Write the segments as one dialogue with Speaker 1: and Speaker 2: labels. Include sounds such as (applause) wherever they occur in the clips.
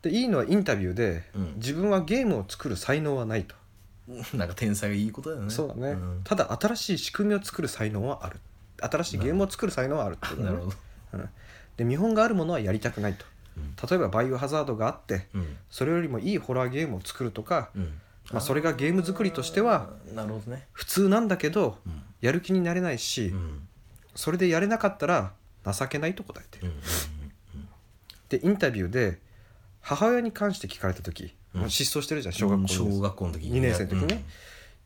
Speaker 1: でいいのはインタビューで、
Speaker 2: うん
Speaker 1: 自分はゲームを作る才能はないと、
Speaker 2: (laughs) なんか天才がいいことだよね
Speaker 1: そうだね、
Speaker 2: ん
Speaker 1: ただ新しい仕組みを作る才能はある新しいゲームを作る才能はあるってことだ
Speaker 2: な
Speaker 1: ね
Speaker 2: るほど、
Speaker 1: うん、で見本があるものはやりたくないと
Speaker 2: うん
Speaker 1: 例えば「バイオハザード」があって
Speaker 2: うん
Speaker 1: それよりもいいホラーゲームを作るとか、
Speaker 2: うん
Speaker 1: まあ、それがゲーム作りとしては
Speaker 2: あーなるほどね
Speaker 1: 普通なんだけど
Speaker 2: うん
Speaker 1: やる気になれないし、
Speaker 2: うんうん
Speaker 1: それでやれなかったら情けないと答えてる
Speaker 2: うんうん
Speaker 1: でインタビューで母親に関して聞かれた時、
Speaker 2: うん
Speaker 1: もう失踪してるじゃん小学校
Speaker 2: 小学校の時
Speaker 1: 2年生の時ね、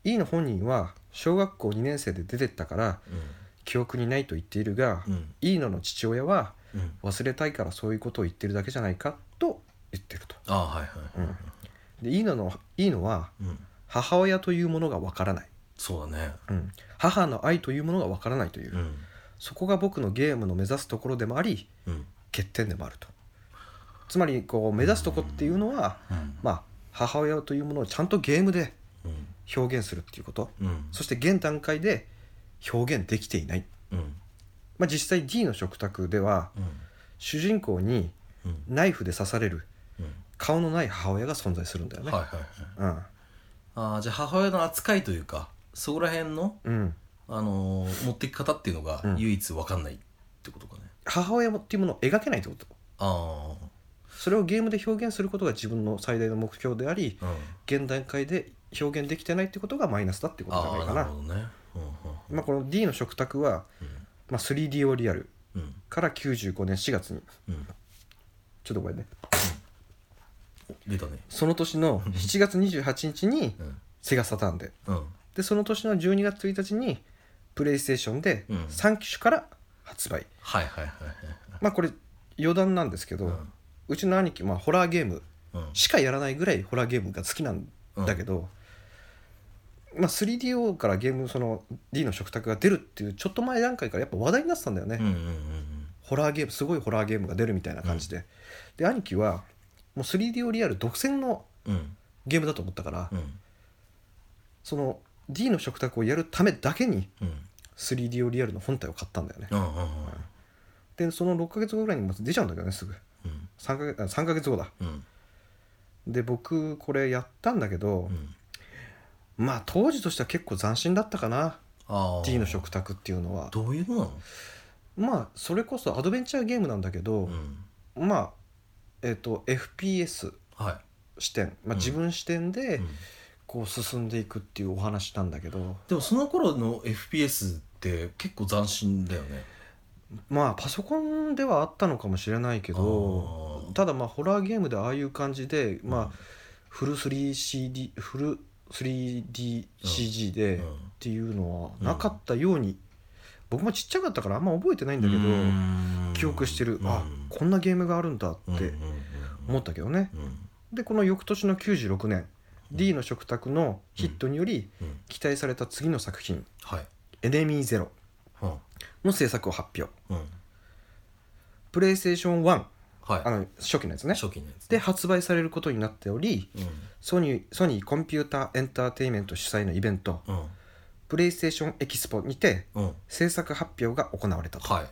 Speaker 1: いいの本人は小学校2年生で出てったから記憶にないと言っているが、
Speaker 2: うんうん
Speaker 1: いいのの父親は
Speaker 2: うんうん
Speaker 1: 忘れたいからそういうことを言ってるだけじゃないかと言ってると。
Speaker 2: あーはいはいはい
Speaker 1: でいいののいいのは
Speaker 2: うん
Speaker 1: 母親というものがわからない、
Speaker 2: そうだね
Speaker 1: うん、母の愛というものがわからないという、
Speaker 2: うん
Speaker 1: そこが僕のゲームの目指すところでもあり
Speaker 2: うん
Speaker 1: 欠点でもあるとつまりこう目指すとこっていうのは、
Speaker 2: うん
Speaker 1: まあ、母親というものをちゃんとゲームで
Speaker 2: うん
Speaker 1: 表現するっていうこと
Speaker 2: うん
Speaker 1: そして現段階で表現できていない、
Speaker 2: うん
Speaker 1: まあ、実際 D の食卓では
Speaker 2: うん
Speaker 1: 主人公に
Speaker 2: うん
Speaker 1: ナイフで刺される
Speaker 2: うん
Speaker 1: 顔のない母親が存在するんだよね、
Speaker 2: はいはいはい
Speaker 1: うん
Speaker 2: ああじゃあ母親の扱いというかそこら辺の、
Speaker 1: うん、
Speaker 2: あのー持っていき方っていうのが
Speaker 1: うん
Speaker 2: 唯一分かんないってことかね、
Speaker 1: 母親っていうものを描けないってこと
Speaker 2: あ
Speaker 1: それをゲームで表現することが自分の最大の目標であり
Speaker 2: あ、うん、
Speaker 1: 現段階で表現できてないってことがマイナスだってことじゃ
Speaker 2: あ
Speaker 1: ない
Speaker 2: あ
Speaker 1: か
Speaker 2: な
Speaker 1: な
Speaker 2: るほどねうん
Speaker 1: まあ、この D の食卓は、まあ、3DO リアル
Speaker 2: うんうん
Speaker 1: から95年4月に
Speaker 2: うん
Speaker 1: ちょっとごめんね
Speaker 2: 出たね
Speaker 1: その年の7月28日に
Speaker 2: うん
Speaker 1: セガサターンで
Speaker 2: うん
Speaker 1: でその年の12月1日にプレイステーションで
Speaker 2: うん
Speaker 1: 3機種から発売、
Speaker 2: はいはいはいはい
Speaker 1: まあこれ余談なんですけど、
Speaker 2: う
Speaker 1: うんちの兄貴、まあ、ホラーゲーム
Speaker 2: うん
Speaker 1: しかやらないぐらいホラーゲームが好きなんだけど、まあ、3DO からゲームその D の食卓が出るっていうちょっと前段階からやっぱ話題になってたんだよね、
Speaker 2: うんうんうん
Speaker 1: ホラーゲームすごいホラーゲームが出るみたいな感じで、で兄貴はもう 3DO リアル独占の
Speaker 2: うんうん
Speaker 1: ゲームだと思ったから、
Speaker 2: うん
Speaker 1: その D の食卓をやるためだけに
Speaker 2: うん
Speaker 1: 3DO リアルの本体を買ったんだよね、
Speaker 2: うんうんうん
Speaker 1: でその6ヶ月後ぐらいにもう出ちゃうんだけどねすぐ
Speaker 2: うん
Speaker 1: 3ヶ月あ3ヶ月後だ
Speaker 2: うん
Speaker 1: で僕これやったんだけど
Speaker 2: う、ん
Speaker 1: まあ当時としては結構斬新だったかな
Speaker 2: ああ
Speaker 1: D の食卓っていうのは
Speaker 2: どういうのなの
Speaker 1: まあそれこそアドベンチャーゲームなんだけど
Speaker 2: う、ん
Speaker 1: まあえっ、と FPS
Speaker 2: は
Speaker 1: 視点、まあ、
Speaker 2: うん
Speaker 1: 自分視点
Speaker 2: い、
Speaker 1: で
Speaker 2: うん
Speaker 1: こう進んでいくっていうお話なんだけど、
Speaker 2: でもその頃の FPS って結構斬新だよね
Speaker 1: まあパソコンではあったのかもしれないけど
Speaker 2: あー
Speaker 1: ただまあホラーゲームでああいう感じで、まあ、フル 3CD フル 3DCG で
Speaker 2: うん
Speaker 1: っていうのはなかったように、僕もちっちゃかったからあんま覚えてないんだけど、
Speaker 2: うん
Speaker 1: 記憶してる、あ
Speaker 2: うん
Speaker 1: こんなゲームがあるんだっ
Speaker 2: うん
Speaker 1: て思ったけどね、
Speaker 2: うんうん
Speaker 1: でこの翌年の96年
Speaker 2: うん
Speaker 1: D の食卓のヒットにより
Speaker 2: うんうん
Speaker 1: 期待された次の作品
Speaker 2: はい
Speaker 1: 「エネミーゼロ
Speaker 2: うん
Speaker 1: の制作を発表
Speaker 2: うん
Speaker 1: プレイステーション1
Speaker 2: はい
Speaker 1: あの初期のやつね
Speaker 2: 初期のやつ
Speaker 1: で発売されることになっており
Speaker 2: うん
Speaker 1: ソニーソニーコンピューターエンターテインメント主催のイベント
Speaker 2: うん
Speaker 1: プレイステーションエキスポにて
Speaker 2: うん
Speaker 1: 制作発表が行われたと、
Speaker 2: はい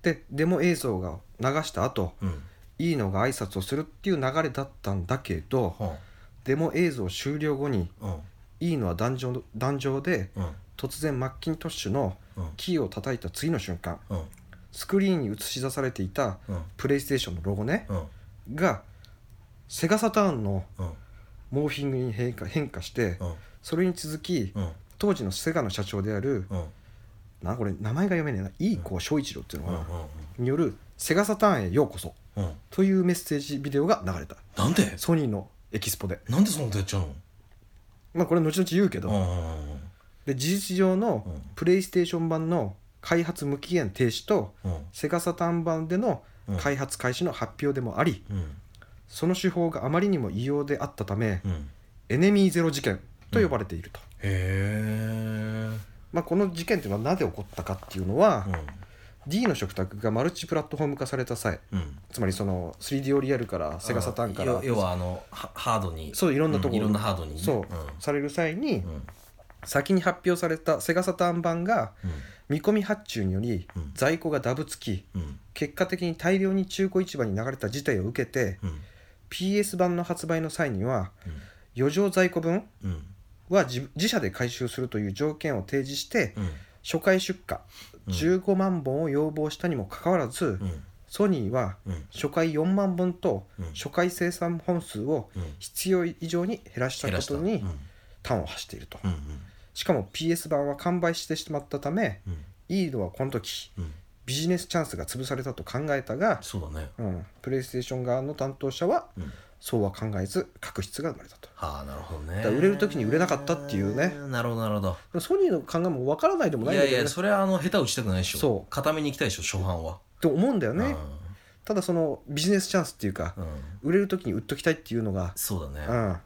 Speaker 1: でデモ映像が流した後
Speaker 2: うん
Speaker 1: いいのが挨拶をするっていう流れだったんだけど
Speaker 2: は
Speaker 1: デモ映像終了後に
Speaker 2: うん
Speaker 1: いいのは壇上壇上で
Speaker 2: うん
Speaker 1: 突然マッキントッシュの
Speaker 2: うん
Speaker 1: キーを叩いた次の瞬間
Speaker 2: うん
Speaker 1: スクリーンに映し出されていた
Speaker 2: うん
Speaker 1: プレイステーションのロゴね
Speaker 2: うん
Speaker 1: がセガサターンの
Speaker 2: うん
Speaker 1: モーフィングに変化変化して
Speaker 2: うん
Speaker 1: それに続き
Speaker 2: うん
Speaker 1: 当時のセガの社長である
Speaker 2: うん
Speaker 1: なこれ名前が読めねえな井伊子翔一郎っていうの
Speaker 2: う
Speaker 1: か
Speaker 2: ん
Speaker 1: なによる「セガサターンへようこそ
Speaker 2: うんうん」
Speaker 1: というメッセージビデオが流れた
Speaker 2: なんで
Speaker 1: ソニーのエキスポで
Speaker 2: なんでそんなことやっちゃうの
Speaker 1: まあこれ後々言うけ
Speaker 2: うんう
Speaker 1: ど
Speaker 2: んうん
Speaker 1: で事実上のプレイステーション版の開発無期限停止と
Speaker 2: うん
Speaker 1: セガサターン版での
Speaker 2: うん
Speaker 1: 開発開始の発表でもあり
Speaker 2: うん
Speaker 1: その手法があまりにも異様であったため
Speaker 2: うんへ
Speaker 1: エネミーゼロ事件と呼ばれていると、
Speaker 2: え
Speaker 1: まあ、この事件というのはなぜ起こったかっていうのは、
Speaker 2: うん
Speaker 1: D の食卓がマルチプラットフォーム化された際
Speaker 2: うん
Speaker 1: つまりその 3DO リアルからセガサターンから
Speaker 2: 要要はあのはハードに
Speaker 1: そういろんなところ
Speaker 2: いろんなハードにね
Speaker 1: そう、される際に
Speaker 2: うんうん
Speaker 1: 先に発表されたセガサターン版が見込み発注により
Speaker 2: うん
Speaker 1: 在庫がダブつき
Speaker 2: うんうん
Speaker 1: 結果的に大量に中古市場に流れた事態を受けて
Speaker 2: うん
Speaker 1: PS 版の発売の際には
Speaker 2: うん
Speaker 1: 余剰在庫分
Speaker 2: うん
Speaker 1: は自自社で回収するという条件を提示して
Speaker 2: うん
Speaker 1: 初回出荷
Speaker 2: うん
Speaker 1: 15万本を要望したにもかかわらず
Speaker 2: うん
Speaker 1: ソニーは
Speaker 2: うん
Speaker 1: 初回4万本と
Speaker 2: うん
Speaker 1: 初回生産本数を
Speaker 2: うん
Speaker 1: 必要以上に減らした
Speaker 2: 減
Speaker 1: こ
Speaker 2: らした
Speaker 1: と
Speaker 2: うんうん
Speaker 1: に端を発していると
Speaker 2: うん
Speaker 1: しかも PS 版は完売してしまったため
Speaker 2: うん
Speaker 1: イードはこの時
Speaker 2: うん
Speaker 1: ビジネスチャンスが潰されたと考えたが、
Speaker 2: そうだね
Speaker 1: うん、プレイステーション側の担当者は
Speaker 2: うん
Speaker 1: そうは考えず確執が生まれたと
Speaker 2: はあなるほどね
Speaker 1: から売れる時に売れなかったっていうね
Speaker 2: なるほどなるほど
Speaker 1: でもソニーの考えも分からないでもない
Speaker 2: い
Speaker 1: んだ
Speaker 2: や
Speaker 1: けど、
Speaker 2: い
Speaker 1: ね、
Speaker 2: やそれはあの下手打ちたくないでしょ
Speaker 1: そう
Speaker 2: 固めに行きたいでしょ初版は
Speaker 1: と思うんだよね、
Speaker 2: う
Speaker 1: ただそのビジネスチャンスっていうか
Speaker 2: んうん
Speaker 1: 売れる時に売っときたいっていうのが、
Speaker 2: そうだ
Speaker 1: う
Speaker 2: ね
Speaker 1: ん、
Speaker 2: うん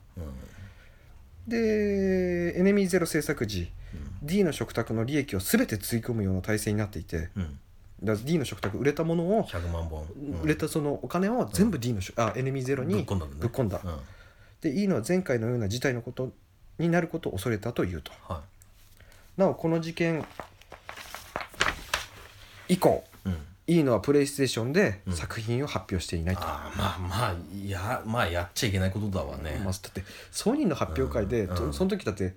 Speaker 1: でエネミーゼロ制作時 D の食卓の利益を全てつぎ込むような体制になっていて
Speaker 2: うんうん
Speaker 1: だから D の食卓売れたものを
Speaker 2: 100万本うん
Speaker 1: 売れたそのお金を全部 D の食、あエネミーゼロ
Speaker 2: ぶっ
Speaker 1: に
Speaker 2: 込んだんだ
Speaker 1: ぶっ
Speaker 2: ね
Speaker 1: 込んだ、
Speaker 2: うん
Speaker 1: で E のは前回のような事態のことになることを恐れたというと
Speaker 2: は
Speaker 1: なおこの事件以降
Speaker 2: いうん
Speaker 1: E のはプレイステーションで
Speaker 2: うん
Speaker 1: 作品を発表していないと、
Speaker 2: あーまあまあいやまあやっちゃいけないことだわね
Speaker 1: まあ、だってソニーの発表会で、
Speaker 2: うん
Speaker 1: と
Speaker 2: うん
Speaker 1: その時だって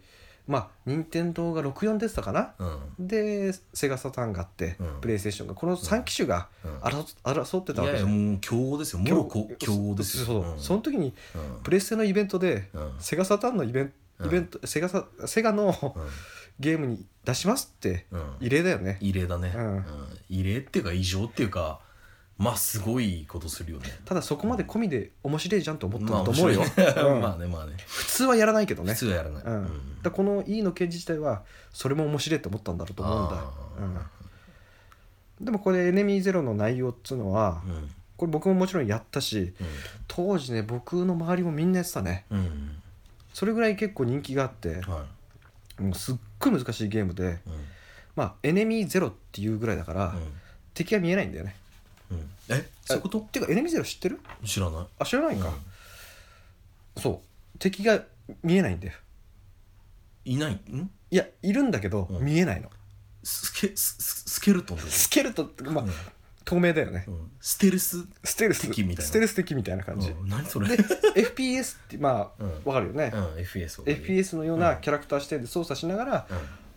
Speaker 1: まあ任天堂が64でしたかな
Speaker 2: うん
Speaker 1: でセガサターンがあって、
Speaker 2: うん
Speaker 1: プレイステーションがこの3機種が
Speaker 2: うん
Speaker 1: 争,、争ってた
Speaker 2: い
Speaker 1: わけ
Speaker 2: やい
Speaker 1: じ
Speaker 2: や
Speaker 1: ゃん
Speaker 2: もう強豪ですよもろこ強豪ですよ
Speaker 1: そう、
Speaker 2: うん
Speaker 1: その時に
Speaker 2: うん
Speaker 1: プレステのイベントで、
Speaker 2: うんうん
Speaker 1: セガサターンのイベン
Speaker 2: うん
Speaker 1: イベント、セガサセガのゲームに出しますって
Speaker 2: うん
Speaker 1: 異例だよね、
Speaker 2: 異例だね
Speaker 1: うん
Speaker 2: うん異例っていうか異常っていうかまあすごいことするよね
Speaker 1: ただそこまで込みで面白いじゃんと思ったん
Speaker 2: まあ
Speaker 1: だと
Speaker 2: (laughs)
Speaker 1: 思うよ、
Speaker 2: 面白いね
Speaker 1: うん
Speaker 2: まあねまあね
Speaker 1: 普通はやらないけどね
Speaker 2: 普通はやらない
Speaker 1: うんだからこの E の件自体はそれも面白いと思ったんだろうと思うんだ
Speaker 2: あ、
Speaker 1: うん、でもこれ「エネミーゼロの内容っつうのは
Speaker 2: ーうん
Speaker 1: これ僕ももちろんやったし当時ね僕の周りもみんなやってたね
Speaker 2: うんうん
Speaker 1: それぐらい結構人気があって
Speaker 2: は
Speaker 1: もうすっごい難しいゲームで
Speaker 2: いうん
Speaker 1: まあエネミーゼロっていうぐらいだから、敵が見えないんだよね
Speaker 2: うんうんえそういうこと
Speaker 1: ていうかエネミーゼロ知ってる
Speaker 2: 知らない
Speaker 1: あ知らないか、そう敵が見えないんだよ
Speaker 2: いないん
Speaker 1: いやいるんだけど、
Speaker 2: うん
Speaker 1: 見えないの
Speaker 2: スケスススケルトンだよ
Speaker 1: スケルトンってまあ、
Speaker 2: うん
Speaker 1: 透明だよね、
Speaker 2: うんステルス
Speaker 1: ステルス
Speaker 2: 敵みたいな
Speaker 1: ステルス敵みたいな感じ、
Speaker 2: うん何それ
Speaker 1: で FPS ってまあ、
Speaker 2: うん
Speaker 1: わかるよね、
Speaker 2: うん FPS を
Speaker 1: FPS のようなキャラクター視点で操作しながら、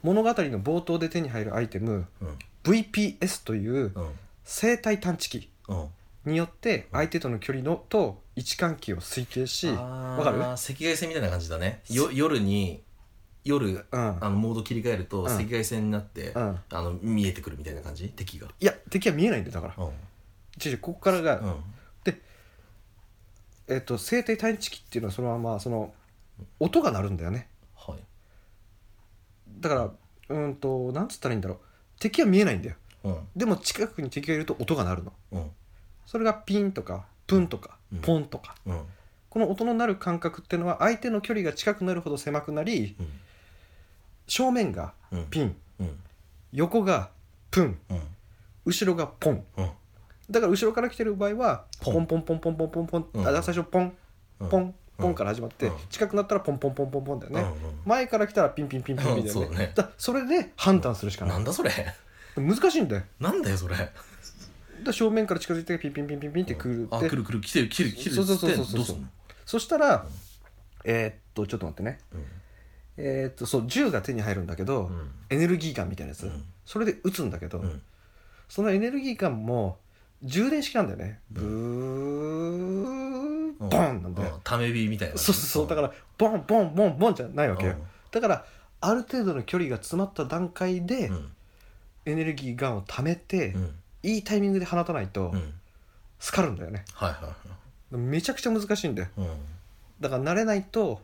Speaker 1: 物語の冒頭で手に入るアイテム
Speaker 2: うんうん
Speaker 1: VPS という
Speaker 2: うん
Speaker 1: 生体探知機
Speaker 2: うん
Speaker 1: によって相手との距離のと位置関係を推定しわ
Speaker 2: わ
Speaker 1: かる
Speaker 2: 赤外線みたいな感じだねよ夜に夜
Speaker 1: うん
Speaker 2: あのモード切り替えると
Speaker 1: うん
Speaker 2: 赤外線になって、
Speaker 1: うん
Speaker 2: あの見えてくるみたいな感じ敵が
Speaker 1: いや敵は見えないんだよだから
Speaker 2: うん
Speaker 1: 違う違うここからが、
Speaker 2: うん
Speaker 1: えっと生体探知機っていうのはそのままその音が鳴るんだよね
Speaker 2: はい
Speaker 1: だからうーんとなんつったらいいんだろう敵は見えないんだよ
Speaker 2: うん
Speaker 1: でも近くに敵がいると音が鳴るの
Speaker 2: うん
Speaker 1: それがピンとかプンとか
Speaker 2: うん
Speaker 1: ポンとか、
Speaker 2: うん
Speaker 1: この音の鳴る感覚っていうのは相手の距離が近くなるほど狭くなり
Speaker 2: うん
Speaker 1: 正面が
Speaker 2: うん
Speaker 1: ピン
Speaker 2: うん
Speaker 1: 横がプン
Speaker 2: うん
Speaker 1: 後ろがポン
Speaker 2: うん
Speaker 1: だから後ろから来てる場合は
Speaker 2: ポ
Speaker 1: ポン
Speaker 2: ン
Speaker 1: ポンポンポンポンポンポン
Speaker 2: うん
Speaker 1: あだから最初ポン
Speaker 2: うん
Speaker 1: ポンポンから始まって
Speaker 2: うん
Speaker 1: 近くなったらポンポンポンポンポンだよ
Speaker 2: うん
Speaker 1: ね前から来たらピンピンピンピンみたいな
Speaker 2: うんそうだね
Speaker 1: ねだそれで判断するしか
Speaker 2: うんな
Speaker 1: ない
Speaker 2: んだそれ (laughs)
Speaker 1: 難しいんだよ
Speaker 2: なんだよそれ
Speaker 1: だ正面から近づいてピンピンピンピンピンってくる
Speaker 2: あ
Speaker 1: で
Speaker 2: 来る来る来てる来てる来てる
Speaker 1: そうそうそうそう
Speaker 2: つってどうすんの
Speaker 1: そしたらえーっとちょっと待ってね
Speaker 2: うん
Speaker 1: えーっとそう銃が手に入るんだけど
Speaker 2: うん
Speaker 1: エネルギーガンみたいなやつ
Speaker 2: うん
Speaker 1: それで撃つんだけど
Speaker 2: うん
Speaker 1: そのエネルギー感も充電式なんだよね。ブー
Speaker 2: うん
Speaker 1: ボンなんだ
Speaker 2: う
Speaker 1: よ。
Speaker 2: ため火みたいな
Speaker 1: そうそうそうだからボンボンボンボンじゃないわけよ
Speaker 2: うん。
Speaker 1: だからある程度の距離が詰まった段階で
Speaker 2: うん
Speaker 1: エネルギーガンを貯めて
Speaker 2: うん
Speaker 1: いいタイミングで放たないと
Speaker 2: うん
Speaker 1: スカるんだよね。
Speaker 2: はいは
Speaker 1: めちゃくちゃ難しいんだよ。
Speaker 2: いはいうん
Speaker 1: だから慣れないと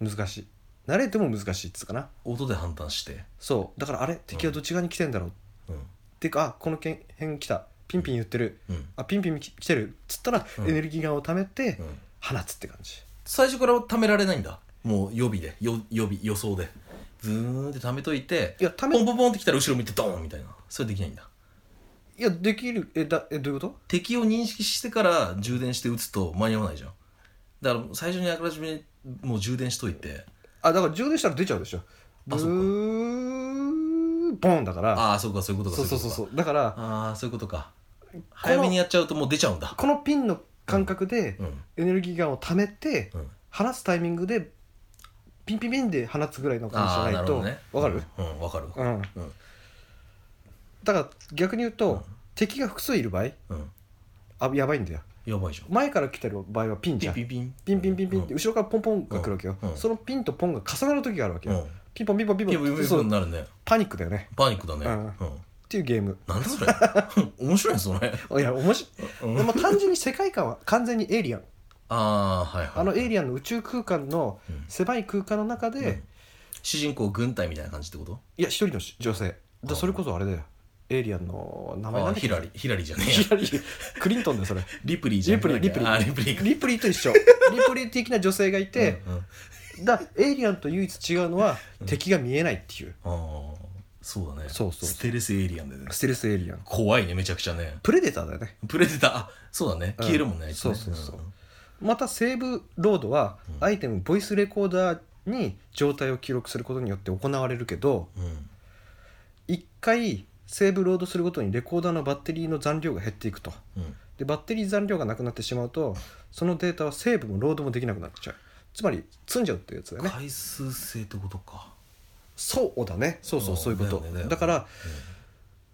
Speaker 1: 難しい。慣れても難しいっつうかな。
Speaker 2: 音で判断して
Speaker 1: そうだからあれ敵はどっち側に来てんだろう。
Speaker 2: うん
Speaker 1: てかあこの辺来たピンピン言ってる。
Speaker 2: うん
Speaker 1: あピンピンき来てるっつったら、
Speaker 2: うん
Speaker 1: エネルギーガンを貯めて、
Speaker 2: うん
Speaker 1: 放つって感じ
Speaker 2: 最初から貯められないんだもう予備でよ予備予想でブーンって貯めといて
Speaker 1: いや貯め
Speaker 2: ポンポンポンってきたら後ろ見てドーンみたいなそれできないんだ
Speaker 1: いやできるえだえどういうこと
Speaker 2: 敵を認識してから充電して撃つと間に合わないじゃんだから最初にあらかじめもう充電しといて
Speaker 1: あだから充電したら出ちゃうでしょブ
Speaker 2: あそっか
Speaker 1: ーボンだから
Speaker 2: ああーそうかそういうことか
Speaker 1: そうそうそうそ
Speaker 2: いことか
Speaker 1: うだから
Speaker 2: ああそういうことか早めにやっちゃうともう出ちゃうんだ
Speaker 1: このピンの感覚で
Speaker 2: うん
Speaker 1: エネルギーガンを貯めて
Speaker 2: うん
Speaker 1: 放すタイミングでピンピンピンで放つぐらいの感じじ
Speaker 2: あ
Speaker 1: ゃ
Speaker 2: あーな
Speaker 1: ない
Speaker 2: る
Speaker 1: と
Speaker 2: ほどね
Speaker 1: わかる
Speaker 2: うんうんわかる
Speaker 1: うん
Speaker 2: うん
Speaker 1: だから逆に言う
Speaker 2: うん
Speaker 1: と敵が複数いる場合
Speaker 2: うん
Speaker 1: あやばいんだよ
Speaker 2: やばいじゃん
Speaker 1: 前から来てる場合はピンじ
Speaker 2: ピ
Speaker 1: ゃ
Speaker 2: ン
Speaker 1: ん
Speaker 2: ピンピ
Speaker 1: ピン
Speaker 2: ン
Speaker 1: ピンピンピンって
Speaker 2: うん
Speaker 1: 後ろからポンポンが来るわけよ
Speaker 2: うんうん
Speaker 1: そのピンとポンが重なる時があるわけ
Speaker 2: うん
Speaker 1: よピンポンピンポンピン
Speaker 2: ピンピン
Speaker 1: ポ
Speaker 2: ピンピ
Speaker 1: ン
Speaker 2: ン
Speaker 1: そ
Speaker 2: に
Speaker 1: う
Speaker 2: なるね
Speaker 1: パニックだよね
Speaker 2: パニックだね
Speaker 1: う
Speaker 2: うん
Speaker 1: っていうゲーム
Speaker 2: なんだそれ (laughs) 面白いねそれ
Speaker 1: いや面白い
Speaker 2: うん
Speaker 1: でも単純に世界観は完全にエイリアン
Speaker 2: ああはいはい
Speaker 1: あのエイリアンの宇宙空間の
Speaker 2: うん
Speaker 1: 狭い空間の中で、
Speaker 2: うん主人公軍隊みたいな感じってこと
Speaker 1: いや一人の女性
Speaker 2: あ
Speaker 1: だ
Speaker 2: あ
Speaker 1: それこそあれだよエイリアンの名前
Speaker 2: あ
Speaker 1: な
Speaker 2: あ
Speaker 1: んだっけ
Speaker 2: ヒラリヒラリじゃねえや
Speaker 1: ヒラリークリントンだよそれ
Speaker 2: リプリーじゃん
Speaker 1: リプリー
Speaker 2: なんだ
Speaker 1: リ
Speaker 2: っけ
Speaker 1: プリー
Speaker 2: あリプリーか
Speaker 1: リプリーと一緒リプリー的な女性がいて、
Speaker 2: うんうん
Speaker 1: だエイリアンと唯一違うのは敵が見えないっていう
Speaker 2: ああそうだね
Speaker 1: そうそう
Speaker 2: ステレスエイリアンでね
Speaker 1: ステルスエイリアン
Speaker 2: 怖いねめちゃくちゃね
Speaker 1: プレデターだよね
Speaker 2: プレデターあそうだね
Speaker 1: うん
Speaker 2: 消えるもんねあいつね
Speaker 1: そうそうそうまたセーブロードは
Speaker 2: うん
Speaker 1: アイテムボイスレコーダーに状態を記録することによって行われるけど
Speaker 2: うんうん
Speaker 1: 1回セーブロードするごとにレコーダーのバッテリーの残量が減っていくと
Speaker 2: うん
Speaker 1: でバッテリー残量がなくなってしまうとそのデータはセーブもロードもできなくなっちゃうつまり積んじゃうっていうやつだよね
Speaker 2: 回数制ってことか
Speaker 1: そうだねそうそうそういうこと
Speaker 2: だ
Speaker 1: だ,、
Speaker 2: よねだよね
Speaker 1: から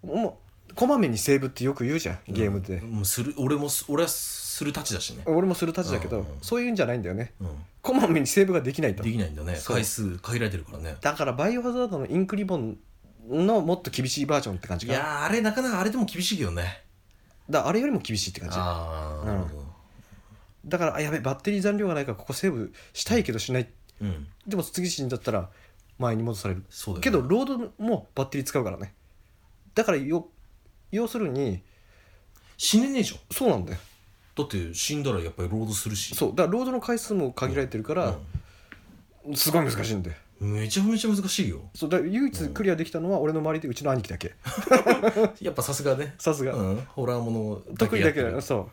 Speaker 1: もうこまめにセーブってよく言うじゃんゲームで、
Speaker 2: うんする俺もす俺はするたちだしね
Speaker 1: 俺もするたちだけど、
Speaker 2: うんうん
Speaker 1: そういうんじゃないんだよね
Speaker 2: うん
Speaker 1: こまめにセーブができないと
Speaker 2: できないんだね
Speaker 1: そう
Speaker 2: 回数限られてるからね
Speaker 1: だからバイオハザードのインクリボンのもっと厳しいバージョンって感じ
Speaker 2: い
Speaker 1: かな
Speaker 2: やーあれなかなかあれでも厳しいけどね
Speaker 1: だあれよりも厳しいって感じ
Speaker 2: ああなるほど
Speaker 1: だからあやべバッテリー残量がないからここセーブしたいけどしない
Speaker 2: うん
Speaker 1: でも次死んだったら前に戻される
Speaker 2: そうだよね
Speaker 1: けどロードもバッテリー使うからねだからよ要するに
Speaker 2: 死ねねえじゃん
Speaker 1: そうなんだよ
Speaker 2: だって死んだらやっぱりロードするし
Speaker 1: そうだからロードの回数も限られてるから、すごい難しいんで
Speaker 2: うんめちゃめちゃ難しいよ
Speaker 1: そうだから唯一クリアできたのは俺の周りでうちの兄貴だけ
Speaker 2: やっぱさすがね
Speaker 1: さすが、
Speaker 2: うんホラーもの
Speaker 1: 得意だけ
Speaker 2: やって
Speaker 1: ど
Speaker 2: る
Speaker 1: そう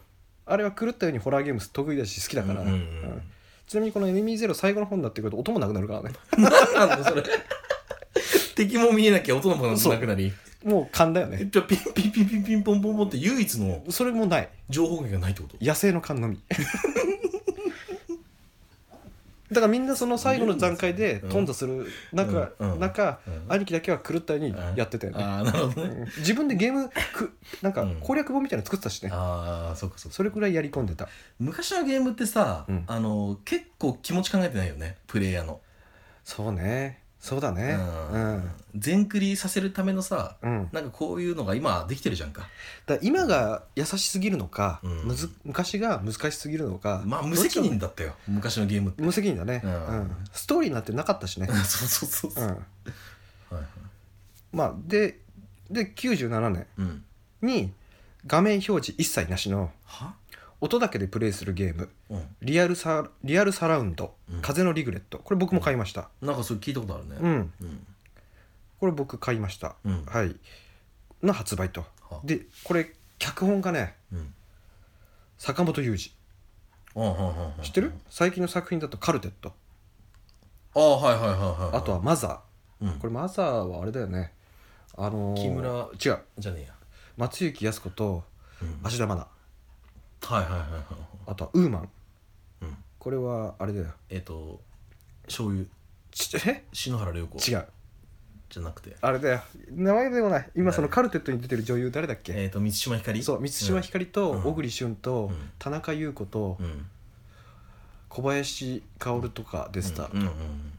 Speaker 1: あれは狂ったようにホラーゲーム得意だし好きだから、
Speaker 2: うんうんうん
Speaker 1: うんちなみにこの「エネミーゼロ」最後の本になってくると音もなくなるからね
Speaker 2: 何なんだそれ敵も見えなきゃ音のもなくなり
Speaker 1: もう勘だよ
Speaker 2: え
Speaker 1: ね
Speaker 2: じゃあピンピンピンピンピンポンポンポンって唯一の
Speaker 1: それもない
Speaker 2: 情報源がないってこと
Speaker 1: 野生の勘
Speaker 2: (laughs)
Speaker 1: のみだからみんなその最後の段階で
Speaker 2: うん
Speaker 1: 頓挫する中、
Speaker 2: うんうん
Speaker 1: 中、
Speaker 2: うん
Speaker 1: 兄貴だけは狂ったようにやってたよね、
Speaker 2: ああなるほどね
Speaker 1: うん自分でゲームくなんか
Speaker 2: うん
Speaker 1: 攻略本みたいなの作ってたしね、
Speaker 2: ああそうかそうか
Speaker 1: それくらいやり込んでた
Speaker 2: 昔のゲームってさ、
Speaker 1: うん
Speaker 2: あの結構気持ち考えてないよねプレイヤーの、
Speaker 1: そうねそうだねうん、
Speaker 2: 全クリさせるためのさ
Speaker 1: うん
Speaker 2: なんかこういうのが今できてるじゃんか
Speaker 1: だから今が優しすぎるのか、
Speaker 2: うん
Speaker 1: むず昔が難しすぎるのか
Speaker 2: まあ無責任だったよ昔のゲームって
Speaker 1: 無責任だね、
Speaker 2: う、
Speaker 1: うんんストーリーになってなかったしね
Speaker 2: (laughs) そうそうそう
Speaker 1: う
Speaker 2: そう、
Speaker 1: ん、
Speaker 2: はいはい
Speaker 1: まあでで97年
Speaker 2: うん
Speaker 1: に画面表示一切なしの
Speaker 2: は
Speaker 1: 音だけでプレイするゲーム
Speaker 2: うん
Speaker 1: リアルサリアルサラウンド、
Speaker 2: うん
Speaker 1: 風のリグレットこれ僕も買いました
Speaker 2: なんかそれ聞いたことある
Speaker 1: う
Speaker 2: ね
Speaker 1: ん、
Speaker 2: うん
Speaker 1: これ僕買いました、
Speaker 2: うん
Speaker 1: はいの発売と
Speaker 2: は
Speaker 1: でこれ脚本がね
Speaker 2: うん
Speaker 1: 坂本雄二知
Speaker 2: ああはあ
Speaker 1: ってる最近の作品だと「カルテット
Speaker 2: ああはいはいはいは」い
Speaker 1: あとは「マザー」
Speaker 2: うん
Speaker 1: これマザーはあれだよねあのー
Speaker 2: 木村
Speaker 1: 違う
Speaker 2: じゃねえや
Speaker 1: 松雪泰子と
Speaker 2: うん
Speaker 1: 芦田愛菜
Speaker 2: はいはいはいはい
Speaker 1: あとはウーマン
Speaker 2: うん
Speaker 1: これはあれだよ
Speaker 2: えっと醤油
Speaker 1: ちえ
Speaker 2: 篠原涼子
Speaker 1: 違う
Speaker 2: じゃなくて
Speaker 1: あれだよ名前でもない今
Speaker 2: 誰
Speaker 1: そのカルテットに出てる女優誰だっけ
Speaker 2: えっと満島ひかり
Speaker 1: そう満島ひかりと
Speaker 2: うん
Speaker 1: 小栗旬と
Speaker 2: うん
Speaker 1: 田中優子と
Speaker 2: りうん
Speaker 1: 小林薫とかでした
Speaker 2: うんうん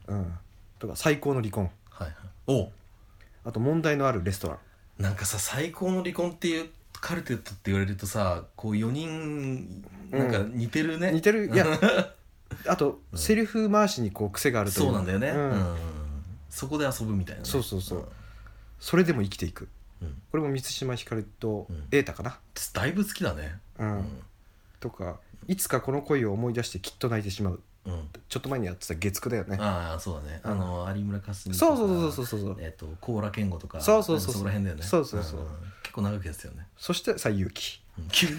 Speaker 2: うん
Speaker 1: うんとか最高の離婚
Speaker 2: はいはいお
Speaker 1: あと問題のあるレストラン
Speaker 2: なんかさ最高の離婚っていうカルテットって言われるとさこう4人なんか似てるね、
Speaker 1: 似てるい
Speaker 2: (laughs)
Speaker 1: やあとセリフ回しにこう癖があるとい
Speaker 2: そうなんだよね、うん
Speaker 1: ん
Speaker 2: そこで遊ぶみたいなね、
Speaker 1: そうそうそうそれでも生きていく
Speaker 2: うん、うん
Speaker 1: これも満島ひかりと
Speaker 2: うん
Speaker 1: 瑛太かな、
Speaker 2: だいぶ好きだね
Speaker 1: うん
Speaker 2: うん
Speaker 1: とかいつかこの恋を思い出してきっと泣いてしまう
Speaker 2: うん
Speaker 1: ちょっと前にやってた月9だよね
Speaker 2: ああそうだね、
Speaker 1: うん
Speaker 2: あの有村架純とか
Speaker 1: そうそうそうそうそうそう
Speaker 2: えっ、と高良健吾とか
Speaker 1: そうそうそう
Speaker 2: なんかそこら辺だよね
Speaker 1: そうそうそうん
Speaker 2: 結構長くやってたよね、
Speaker 1: そして西遊記 (laughs)
Speaker 2: うん急に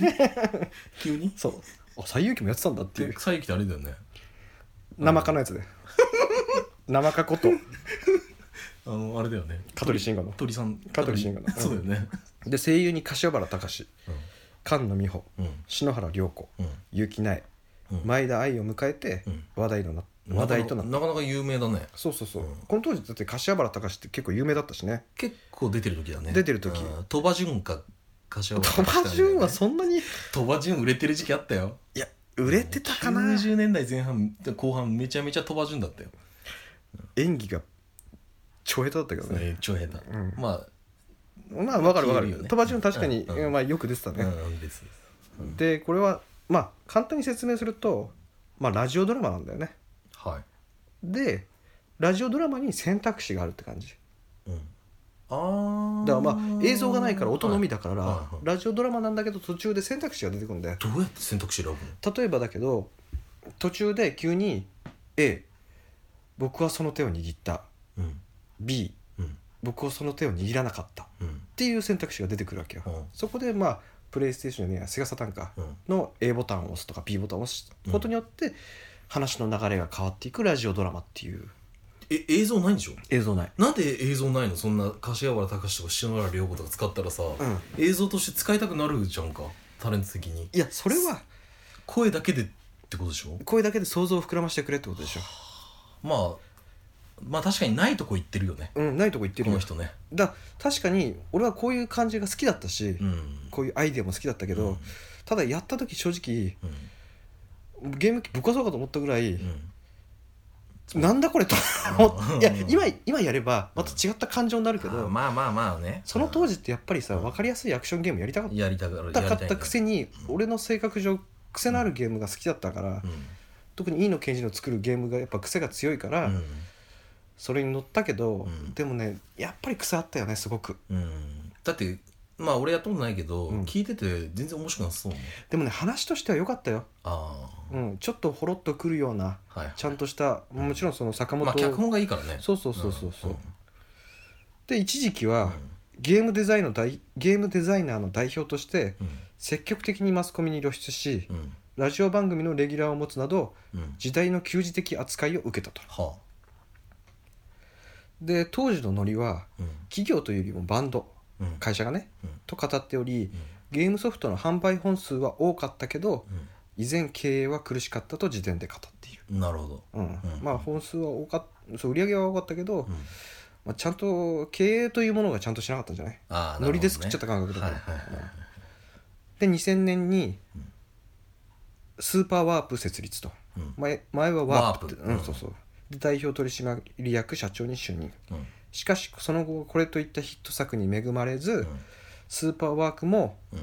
Speaker 2: 急に
Speaker 1: そうあ西遊記もやってたんだっていう
Speaker 2: で最近ってあれだよね
Speaker 1: 生かのやつで (laughs) 生かこと
Speaker 2: あのあれだよね
Speaker 1: 香取慎吾の
Speaker 2: 鳥さん
Speaker 1: 香取慎吾の
Speaker 2: そうだよね、
Speaker 1: で声優に柏原隆
Speaker 2: うん
Speaker 1: 菅野美穂
Speaker 2: うん
Speaker 1: 篠原涼子
Speaker 2: うん
Speaker 1: 結城苗
Speaker 2: うん
Speaker 1: 前田愛を迎えて
Speaker 2: うん
Speaker 1: 話題のな話題となった
Speaker 2: なかなか有名だね
Speaker 1: そうそうそう、
Speaker 2: うん
Speaker 1: この当時だって柏原隆って結構有名だったしね
Speaker 2: 結構出てる時だね
Speaker 1: 出てる時
Speaker 2: うん鳥羽潤か柏
Speaker 1: 鳥羽潤はそんなにい
Speaker 2: 鳥羽潤売れてる時期あったよ
Speaker 1: や売れてたかな
Speaker 2: 90年代前半後半めちゃめちゃ鳥羽潤だったよ
Speaker 1: 演技が超下手だったけどね
Speaker 2: えー超下手、
Speaker 1: ん
Speaker 2: ま
Speaker 1: まあわかるわか
Speaker 2: 消える
Speaker 1: る
Speaker 2: よね
Speaker 1: 鳥羽潤確かに、
Speaker 2: うんうん
Speaker 1: まあ、よく出てた
Speaker 2: あ、
Speaker 1: ね、
Speaker 2: うん、別です
Speaker 1: でこれはまあ簡単に説明すると、まあ、ラジオドラマなんだよね
Speaker 2: は
Speaker 1: でラジオドラマに選択肢があるって感じ
Speaker 2: い、うん、ああ
Speaker 1: だからまあ映像がないから音のみだから、
Speaker 2: はいはいはい
Speaker 1: ラジオドラマなんだけど途中で選択肢が出てくるんだよ
Speaker 2: どうやって選択肢選ぶの
Speaker 1: 例えばだけど途中で急に A 僕はその手を握った
Speaker 2: うん、
Speaker 1: B
Speaker 2: うん、
Speaker 1: 僕はその手を握らなかったっ
Speaker 2: うん、
Speaker 1: ていう選択肢が出てくるわけよ、
Speaker 2: うん
Speaker 1: そこでまあプレイステーションやセガサタンか
Speaker 2: うん、
Speaker 1: の A ボタンを押すとか B ボタンを押すことによって、話の流れが変わっていくラジオドラマっていう
Speaker 2: え、映像ないんでしょ
Speaker 1: 映像ない
Speaker 2: なんで映像ないのそんな柏原隆とか篠原涼子とか使ったらさ、
Speaker 1: うん
Speaker 2: 映像として使いたくなるじゃんかタレント的に
Speaker 1: いやそれは
Speaker 2: 声だけでってことでしょ
Speaker 1: 声だけで想像を膨らましてくれってことでしょ
Speaker 2: まあまあ確かにないとこ行ってるよね
Speaker 1: うんないとこ言って
Speaker 2: こ
Speaker 1: る
Speaker 2: の
Speaker 1: よ
Speaker 2: 人ね
Speaker 1: だ確かに俺はこういう感じが好きだったし、
Speaker 2: うん
Speaker 1: こういうアイデアも好きだったけど、
Speaker 2: うん
Speaker 1: ただやった時正直
Speaker 2: うん
Speaker 1: ゲーム機ぶっ壊そうかと思ったぐらい、
Speaker 2: うん
Speaker 1: なんだこれと
Speaker 2: うん
Speaker 1: 思っていや
Speaker 2: うん
Speaker 1: 今今やればまた違った感情になるけど、
Speaker 2: あまあまあまあね
Speaker 1: その当
Speaker 2: 時
Speaker 1: 時ってやっぱりさ分かりやすいアクションゲームやりたかっ
Speaker 2: やりたがる
Speaker 1: たか
Speaker 2: やり
Speaker 1: った
Speaker 2: い
Speaker 1: たくせに
Speaker 2: うん
Speaker 1: 俺の性格上癖のあるゲームが好きだったから
Speaker 2: うん
Speaker 1: 特に飯野健次の作るゲームがやっぱ癖が強いからそれに乗ったけど
Speaker 2: うん
Speaker 1: でもねやっぱり癖あったよねすごく
Speaker 2: うんうんだってまあ俺やったことないけど、
Speaker 1: うん
Speaker 2: 聞いてて全然面白くなさそうね
Speaker 1: でもね話としては良かったよ
Speaker 2: ああ
Speaker 1: うんちょっとほろっとくるような
Speaker 2: はいはい
Speaker 1: ちゃんとしたもちろんその坂本
Speaker 2: まあ脚本がいいからね
Speaker 1: そうそうそうそうそう
Speaker 2: うん
Speaker 1: で一時期
Speaker 2: う
Speaker 1: は
Speaker 2: ん
Speaker 1: ゲームデザインの代ゲームデザイナーの代表として
Speaker 2: うん
Speaker 1: 積極的にマスコミに露出し
Speaker 2: うん
Speaker 1: ラジオ番組のレギュラーを持つなど
Speaker 2: うん
Speaker 1: 時代の旧時的扱いを受けたと
Speaker 2: は
Speaker 1: で当時のノリは
Speaker 2: あうん
Speaker 1: 企業というよりもバンド
Speaker 2: うん
Speaker 1: 会社がね
Speaker 2: うん
Speaker 1: と語っておりゲームソフトの販売本数は多かったけど依然経営は苦しかったと時点で語っている、
Speaker 2: うんなるほど
Speaker 1: うん
Speaker 2: ん
Speaker 1: まあ本数は多かっそう売り上げは多かったけど、
Speaker 2: うん
Speaker 1: まあ、ちゃんと経営というものがちゃんとしなかったんじゃない
Speaker 2: ああなるほどね
Speaker 1: ノリで作っちゃった感覚だか
Speaker 2: はい
Speaker 1: ら、
Speaker 2: はいはいはい
Speaker 1: で2000年に
Speaker 2: うん
Speaker 1: スーパーワープ設立と
Speaker 2: うん
Speaker 1: 前前はワープって
Speaker 2: ワープ
Speaker 1: うん
Speaker 2: うん
Speaker 1: そうそうで代表取締役社長に就任
Speaker 2: うん
Speaker 1: しかしその後これといったヒット作に恵まれず、
Speaker 2: ん
Speaker 1: スーパーワークも
Speaker 2: うん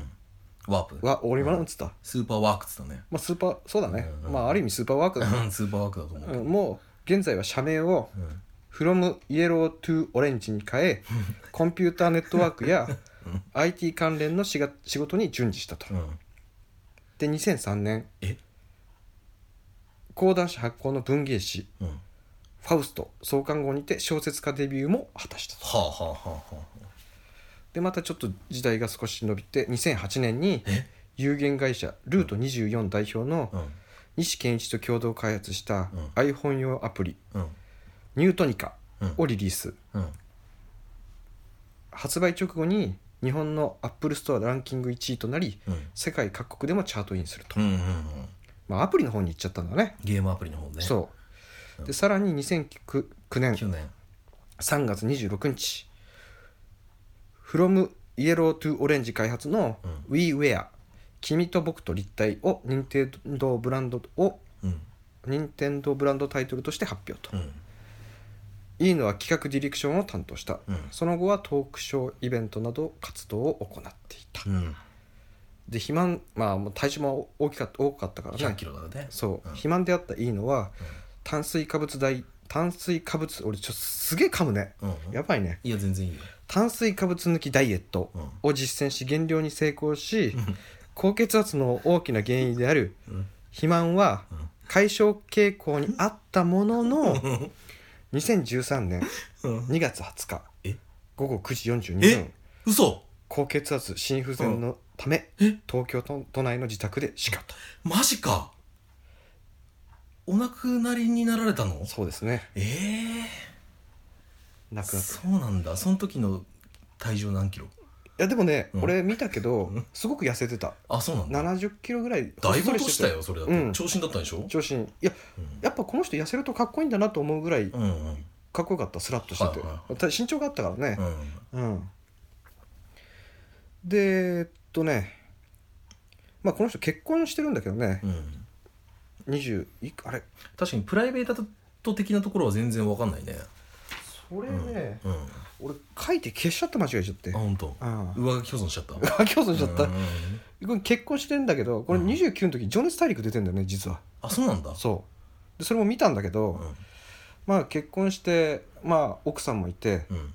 Speaker 2: ワープ
Speaker 1: わ俺今なんつった、
Speaker 2: スーパーワークっつったね
Speaker 1: まあ、スーパーそうだね、
Speaker 2: うん
Speaker 1: まあある意味スーパーワークだね、
Speaker 2: うんスーパーワークだと思うけ
Speaker 1: う
Speaker 2: ど
Speaker 1: んもう現在は社名を
Speaker 2: うん
Speaker 1: 「from イエロー to オレンジ」に変えコンピューターネットワークや IT 関連のしが仕事に準じしたと
Speaker 2: うん
Speaker 1: で2003年
Speaker 2: え
Speaker 1: 講談社発行の文芸誌
Speaker 2: うんは
Speaker 1: 「ファウスト」創刊号にて小説家デビューも果たしたと
Speaker 2: あはあはあはあ
Speaker 1: でまたちょっと時代が少し伸びて2008年に
Speaker 2: え
Speaker 1: 有限会社ルート24代表の
Speaker 2: うん
Speaker 1: 西健一と共同開発した
Speaker 2: うん
Speaker 1: iPhone 用アプリ
Speaker 2: うん
Speaker 1: 「ニュートニカ
Speaker 2: うん」
Speaker 1: をリリース
Speaker 2: うん
Speaker 1: 発売直後に日本のアップルストアランキング1位となり
Speaker 2: うん
Speaker 1: 世界各国でもチャートインすると、
Speaker 2: うんうんうん
Speaker 1: まあ、アプリの方に行っちゃったんだね
Speaker 2: ゲームアプリの方ね
Speaker 1: そう
Speaker 2: うん
Speaker 1: でさらに2009年
Speaker 2: 去年
Speaker 1: 3月26日 from イエロー to オレンジ開発の
Speaker 2: うん
Speaker 1: WeWare 君と僕と立体を任天堂ブランドを
Speaker 2: うん
Speaker 1: 任天堂ブランドタイトルとして発表と、
Speaker 2: うん
Speaker 1: いいのは企画ディレクションを担当した、
Speaker 2: うん
Speaker 1: その後はトークショーイベントなど活動を行っていた
Speaker 2: うん
Speaker 1: で肥満まあもう体重も大きかった多かったから
Speaker 2: 100
Speaker 1: ね
Speaker 2: キロだね
Speaker 1: そう、
Speaker 2: うん
Speaker 1: 肥満であったいいのは
Speaker 2: うん
Speaker 1: 炭水化物代炭水化物俺ちょっとすげえ噛むね
Speaker 2: うん
Speaker 1: やばいね
Speaker 2: いや全然いいよ
Speaker 1: 炭水化物抜きダイエット
Speaker 2: うん
Speaker 1: を実践し減量に成功し
Speaker 2: ん
Speaker 1: 高血圧の大きな原因である
Speaker 2: うん
Speaker 1: 肥満は
Speaker 2: うん
Speaker 1: 解消傾向にあったものの2013年
Speaker 2: うん
Speaker 1: 2月20日
Speaker 2: え
Speaker 1: 午後9時42分
Speaker 2: え嘘
Speaker 1: 高血圧心不全のため
Speaker 2: うんえ
Speaker 1: 東京都都内の自宅で死去と
Speaker 2: マジかお亡くなりになられたの
Speaker 1: そうですね
Speaker 2: ええ
Speaker 1: 亡くなった
Speaker 2: そうなんだその時の体重何キロ
Speaker 1: やでもね、
Speaker 2: うん
Speaker 1: 俺見たけど
Speaker 2: うん
Speaker 1: すごく痩せてた
Speaker 2: あそうなんだ
Speaker 1: 7 0キロぐらい
Speaker 2: だいぶ
Speaker 1: ほっそり
Speaker 2: 落と
Speaker 1: て
Speaker 2: したよそれだと、
Speaker 1: うん
Speaker 2: 長身だったんでしょ、
Speaker 1: 調子いいいや
Speaker 2: うん
Speaker 1: やっぱこの人痩せるとかっこいいんだなと思うぐらい
Speaker 2: うんうん
Speaker 1: かっこよかったスラッとしてて、
Speaker 2: はいはい
Speaker 1: ただ身長があったからね
Speaker 2: うん
Speaker 1: うん、でえっとねまあこの人結婚してるんだけどね
Speaker 2: うん
Speaker 1: 20いくあれ
Speaker 2: 確かにプライベート的なところは全然わかんないね
Speaker 1: それね、
Speaker 2: うん、あ
Speaker 1: 俺書いて消しちゃった間違えちゃってあ
Speaker 2: 本当。
Speaker 1: あ
Speaker 2: 上書き保存しちゃった
Speaker 1: あ共存しちゃった、
Speaker 2: うんうんうん
Speaker 1: これ結婚してんだけどこれ
Speaker 2: うん
Speaker 1: 29の時「情熱大陸」出てんだよね実は
Speaker 2: あそうなんだ
Speaker 1: そうでそれも見たんだけど、
Speaker 2: うん
Speaker 1: まあ結婚してまあ奥さんもいて、
Speaker 2: うん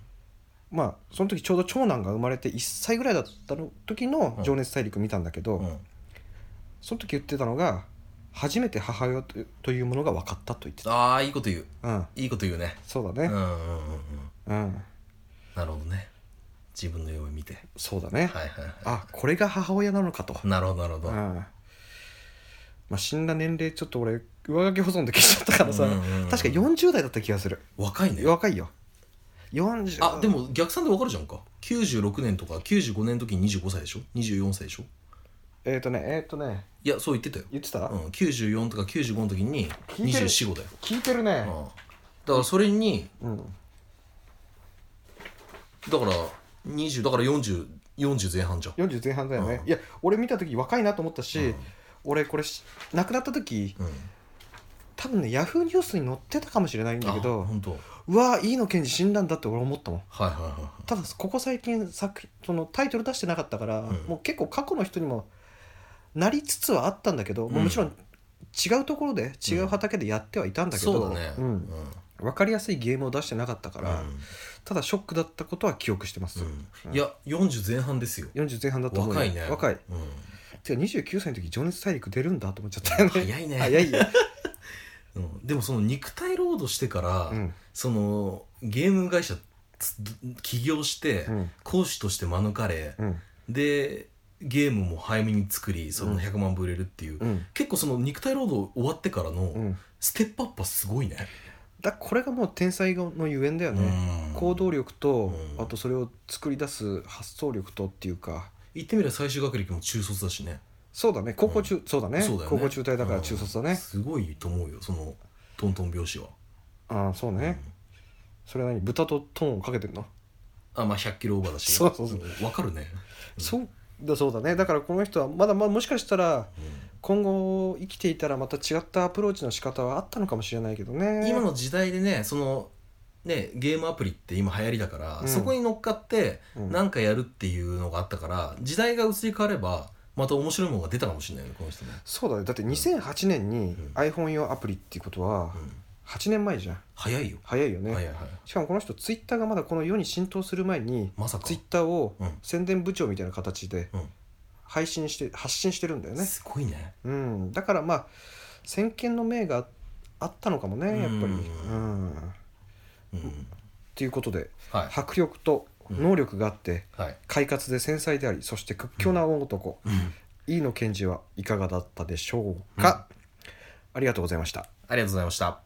Speaker 1: まあその時ちょうど長男が生まれて1歳ぐらいだったの時の
Speaker 2: うん
Speaker 1: 「情熱大陸」見たんだけど、
Speaker 2: うん
Speaker 1: その時言ってたのが初めて母親とというものが分かったと言ってた
Speaker 2: ああいいこと言う
Speaker 1: うん
Speaker 2: いいこと言うね
Speaker 1: そう
Speaker 2: う
Speaker 1: だ
Speaker 2: ん
Speaker 1: ね
Speaker 2: うんうんうん
Speaker 1: うん、
Speaker 2: なるほどね自分の夢見て
Speaker 1: そうだね、
Speaker 2: はいはいは
Speaker 1: あこれが母親なのかと、
Speaker 2: いなるほどなるほ
Speaker 1: う
Speaker 2: ど
Speaker 1: んまあ死んだ年齢ちょっと俺上書き保存で消しちゃったからさ、
Speaker 2: うんうんうん
Speaker 1: 確か40代だった気がする
Speaker 2: 若いね
Speaker 1: 若いよ40
Speaker 2: あでも逆算でわかるじゃんか96年とか95年の時に25歳でしょ24歳でしょ
Speaker 1: えっ、とねえっ、とね
Speaker 2: いやそう言ってたよ、
Speaker 1: 言ってた、
Speaker 2: うん、94とか95の時に
Speaker 1: 聞いてる
Speaker 2: 245だよ、
Speaker 1: 聞いてるね
Speaker 2: うん、だからそれに
Speaker 1: うん
Speaker 2: だから20だから4040前半じゃん
Speaker 1: 40前半だよね、
Speaker 2: うん
Speaker 1: いや俺見た時若いなと思ったし、
Speaker 2: うん
Speaker 1: 俺これし亡くなった時
Speaker 2: うん
Speaker 1: 多分ねヤフーニュースに載ってたかもしれないんだけど
Speaker 2: 本当。はいう
Speaker 1: わ飯野健治死んだんだって俺思ったもん
Speaker 2: はいはいは
Speaker 1: ただここ最近作そのタイトル出してなかったから、
Speaker 2: ん
Speaker 1: もう結構過去の人にもなりつつはあったんだけど、もうもちろん違うところで違う畑でやってはいたん
Speaker 2: い
Speaker 1: だけど、
Speaker 2: そうだね
Speaker 1: うん
Speaker 2: うん
Speaker 1: 分かりやすいゲームを出してなかったから、ただショックだったことは記憶してます、
Speaker 2: うんいや40前半ですよ
Speaker 1: 40前半だと思うよ
Speaker 2: 若いね
Speaker 1: 若い
Speaker 2: うん
Speaker 1: てか29歳の時「情熱大陸」出るんだと思っちゃったよね
Speaker 2: 早いね
Speaker 1: 早
Speaker 2: (laughs)
Speaker 1: いよ、
Speaker 2: うんでもその肉体労働してから、
Speaker 1: うん
Speaker 2: そのゲーム会社つ起業して、
Speaker 1: うん
Speaker 2: 講師として免れ、
Speaker 1: うん
Speaker 2: でゲームも早めに作りその100万部売れるっていう、
Speaker 1: うん
Speaker 2: 結構その肉体労働終わってから
Speaker 1: う
Speaker 2: の
Speaker 1: ん、
Speaker 2: ステップアップはすごいね、
Speaker 1: だこれがもう天才のゆえんだよね、
Speaker 2: うん
Speaker 1: 行動力と、
Speaker 2: うん
Speaker 1: あとそれを作り出す発想力とっていうか
Speaker 2: 言ってみれば最終学歴も中卒だしね
Speaker 1: そうだね高校中、そうだね
Speaker 2: そうだよ
Speaker 1: 高
Speaker 2: ね
Speaker 1: 校中退だから中卒だ
Speaker 2: うん
Speaker 1: ね、
Speaker 2: すごいと思うよそのトントン拍子は
Speaker 1: ああそうね、それは何豚とトンをかけてるの、
Speaker 2: あまあ100キロオーバーだし
Speaker 1: そうそうそうん
Speaker 2: わかるね
Speaker 1: そうだそうだねだからこの人はまだまだもしかしたら今後生きていたらまた違ったアプローチの仕方はあったのかもしれないけどね
Speaker 2: 今の時代でねそのねゲームアプリって今流行りだから、
Speaker 1: うん
Speaker 2: そこに乗っかって
Speaker 1: うん
Speaker 2: なんかやるっていうのがあったから時代が移り変わればまた面白いものが出たかもしれないよねこの人ね、
Speaker 1: そうだねだって2008年に
Speaker 2: うん
Speaker 1: iPhone 用アプリっていうことは
Speaker 2: うん
Speaker 1: 8年前じゃん
Speaker 2: 早いよ、
Speaker 1: 早いよね、
Speaker 2: 早い早い
Speaker 1: しかもこの人ツイッターがまだこの世に浸透する前に
Speaker 2: まさか
Speaker 1: ツイッターを
Speaker 2: うん
Speaker 1: 宣伝部長みたいな形で
Speaker 2: う
Speaker 1: 配信して発信してるんだよ
Speaker 2: ん
Speaker 1: ね、
Speaker 2: すごいね
Speaker 1: うん、だからまあ先見の明があったのかもねやっぱり
Speaker 2: う
Speaker 1: うんん
Speaker 2: うん
Speaker 1: ということで
Speaker 2: はい
Speaker 1: 迫力と能力があって
Speaker 2: はい、
Speaker 1: 快活で繊細でありそして屈強な大男、
Speaker 2: うん
Speaker 1: 飯野健治はいかがだったでしょうか、ありがとうございました
Speaker 2: ありがとうございました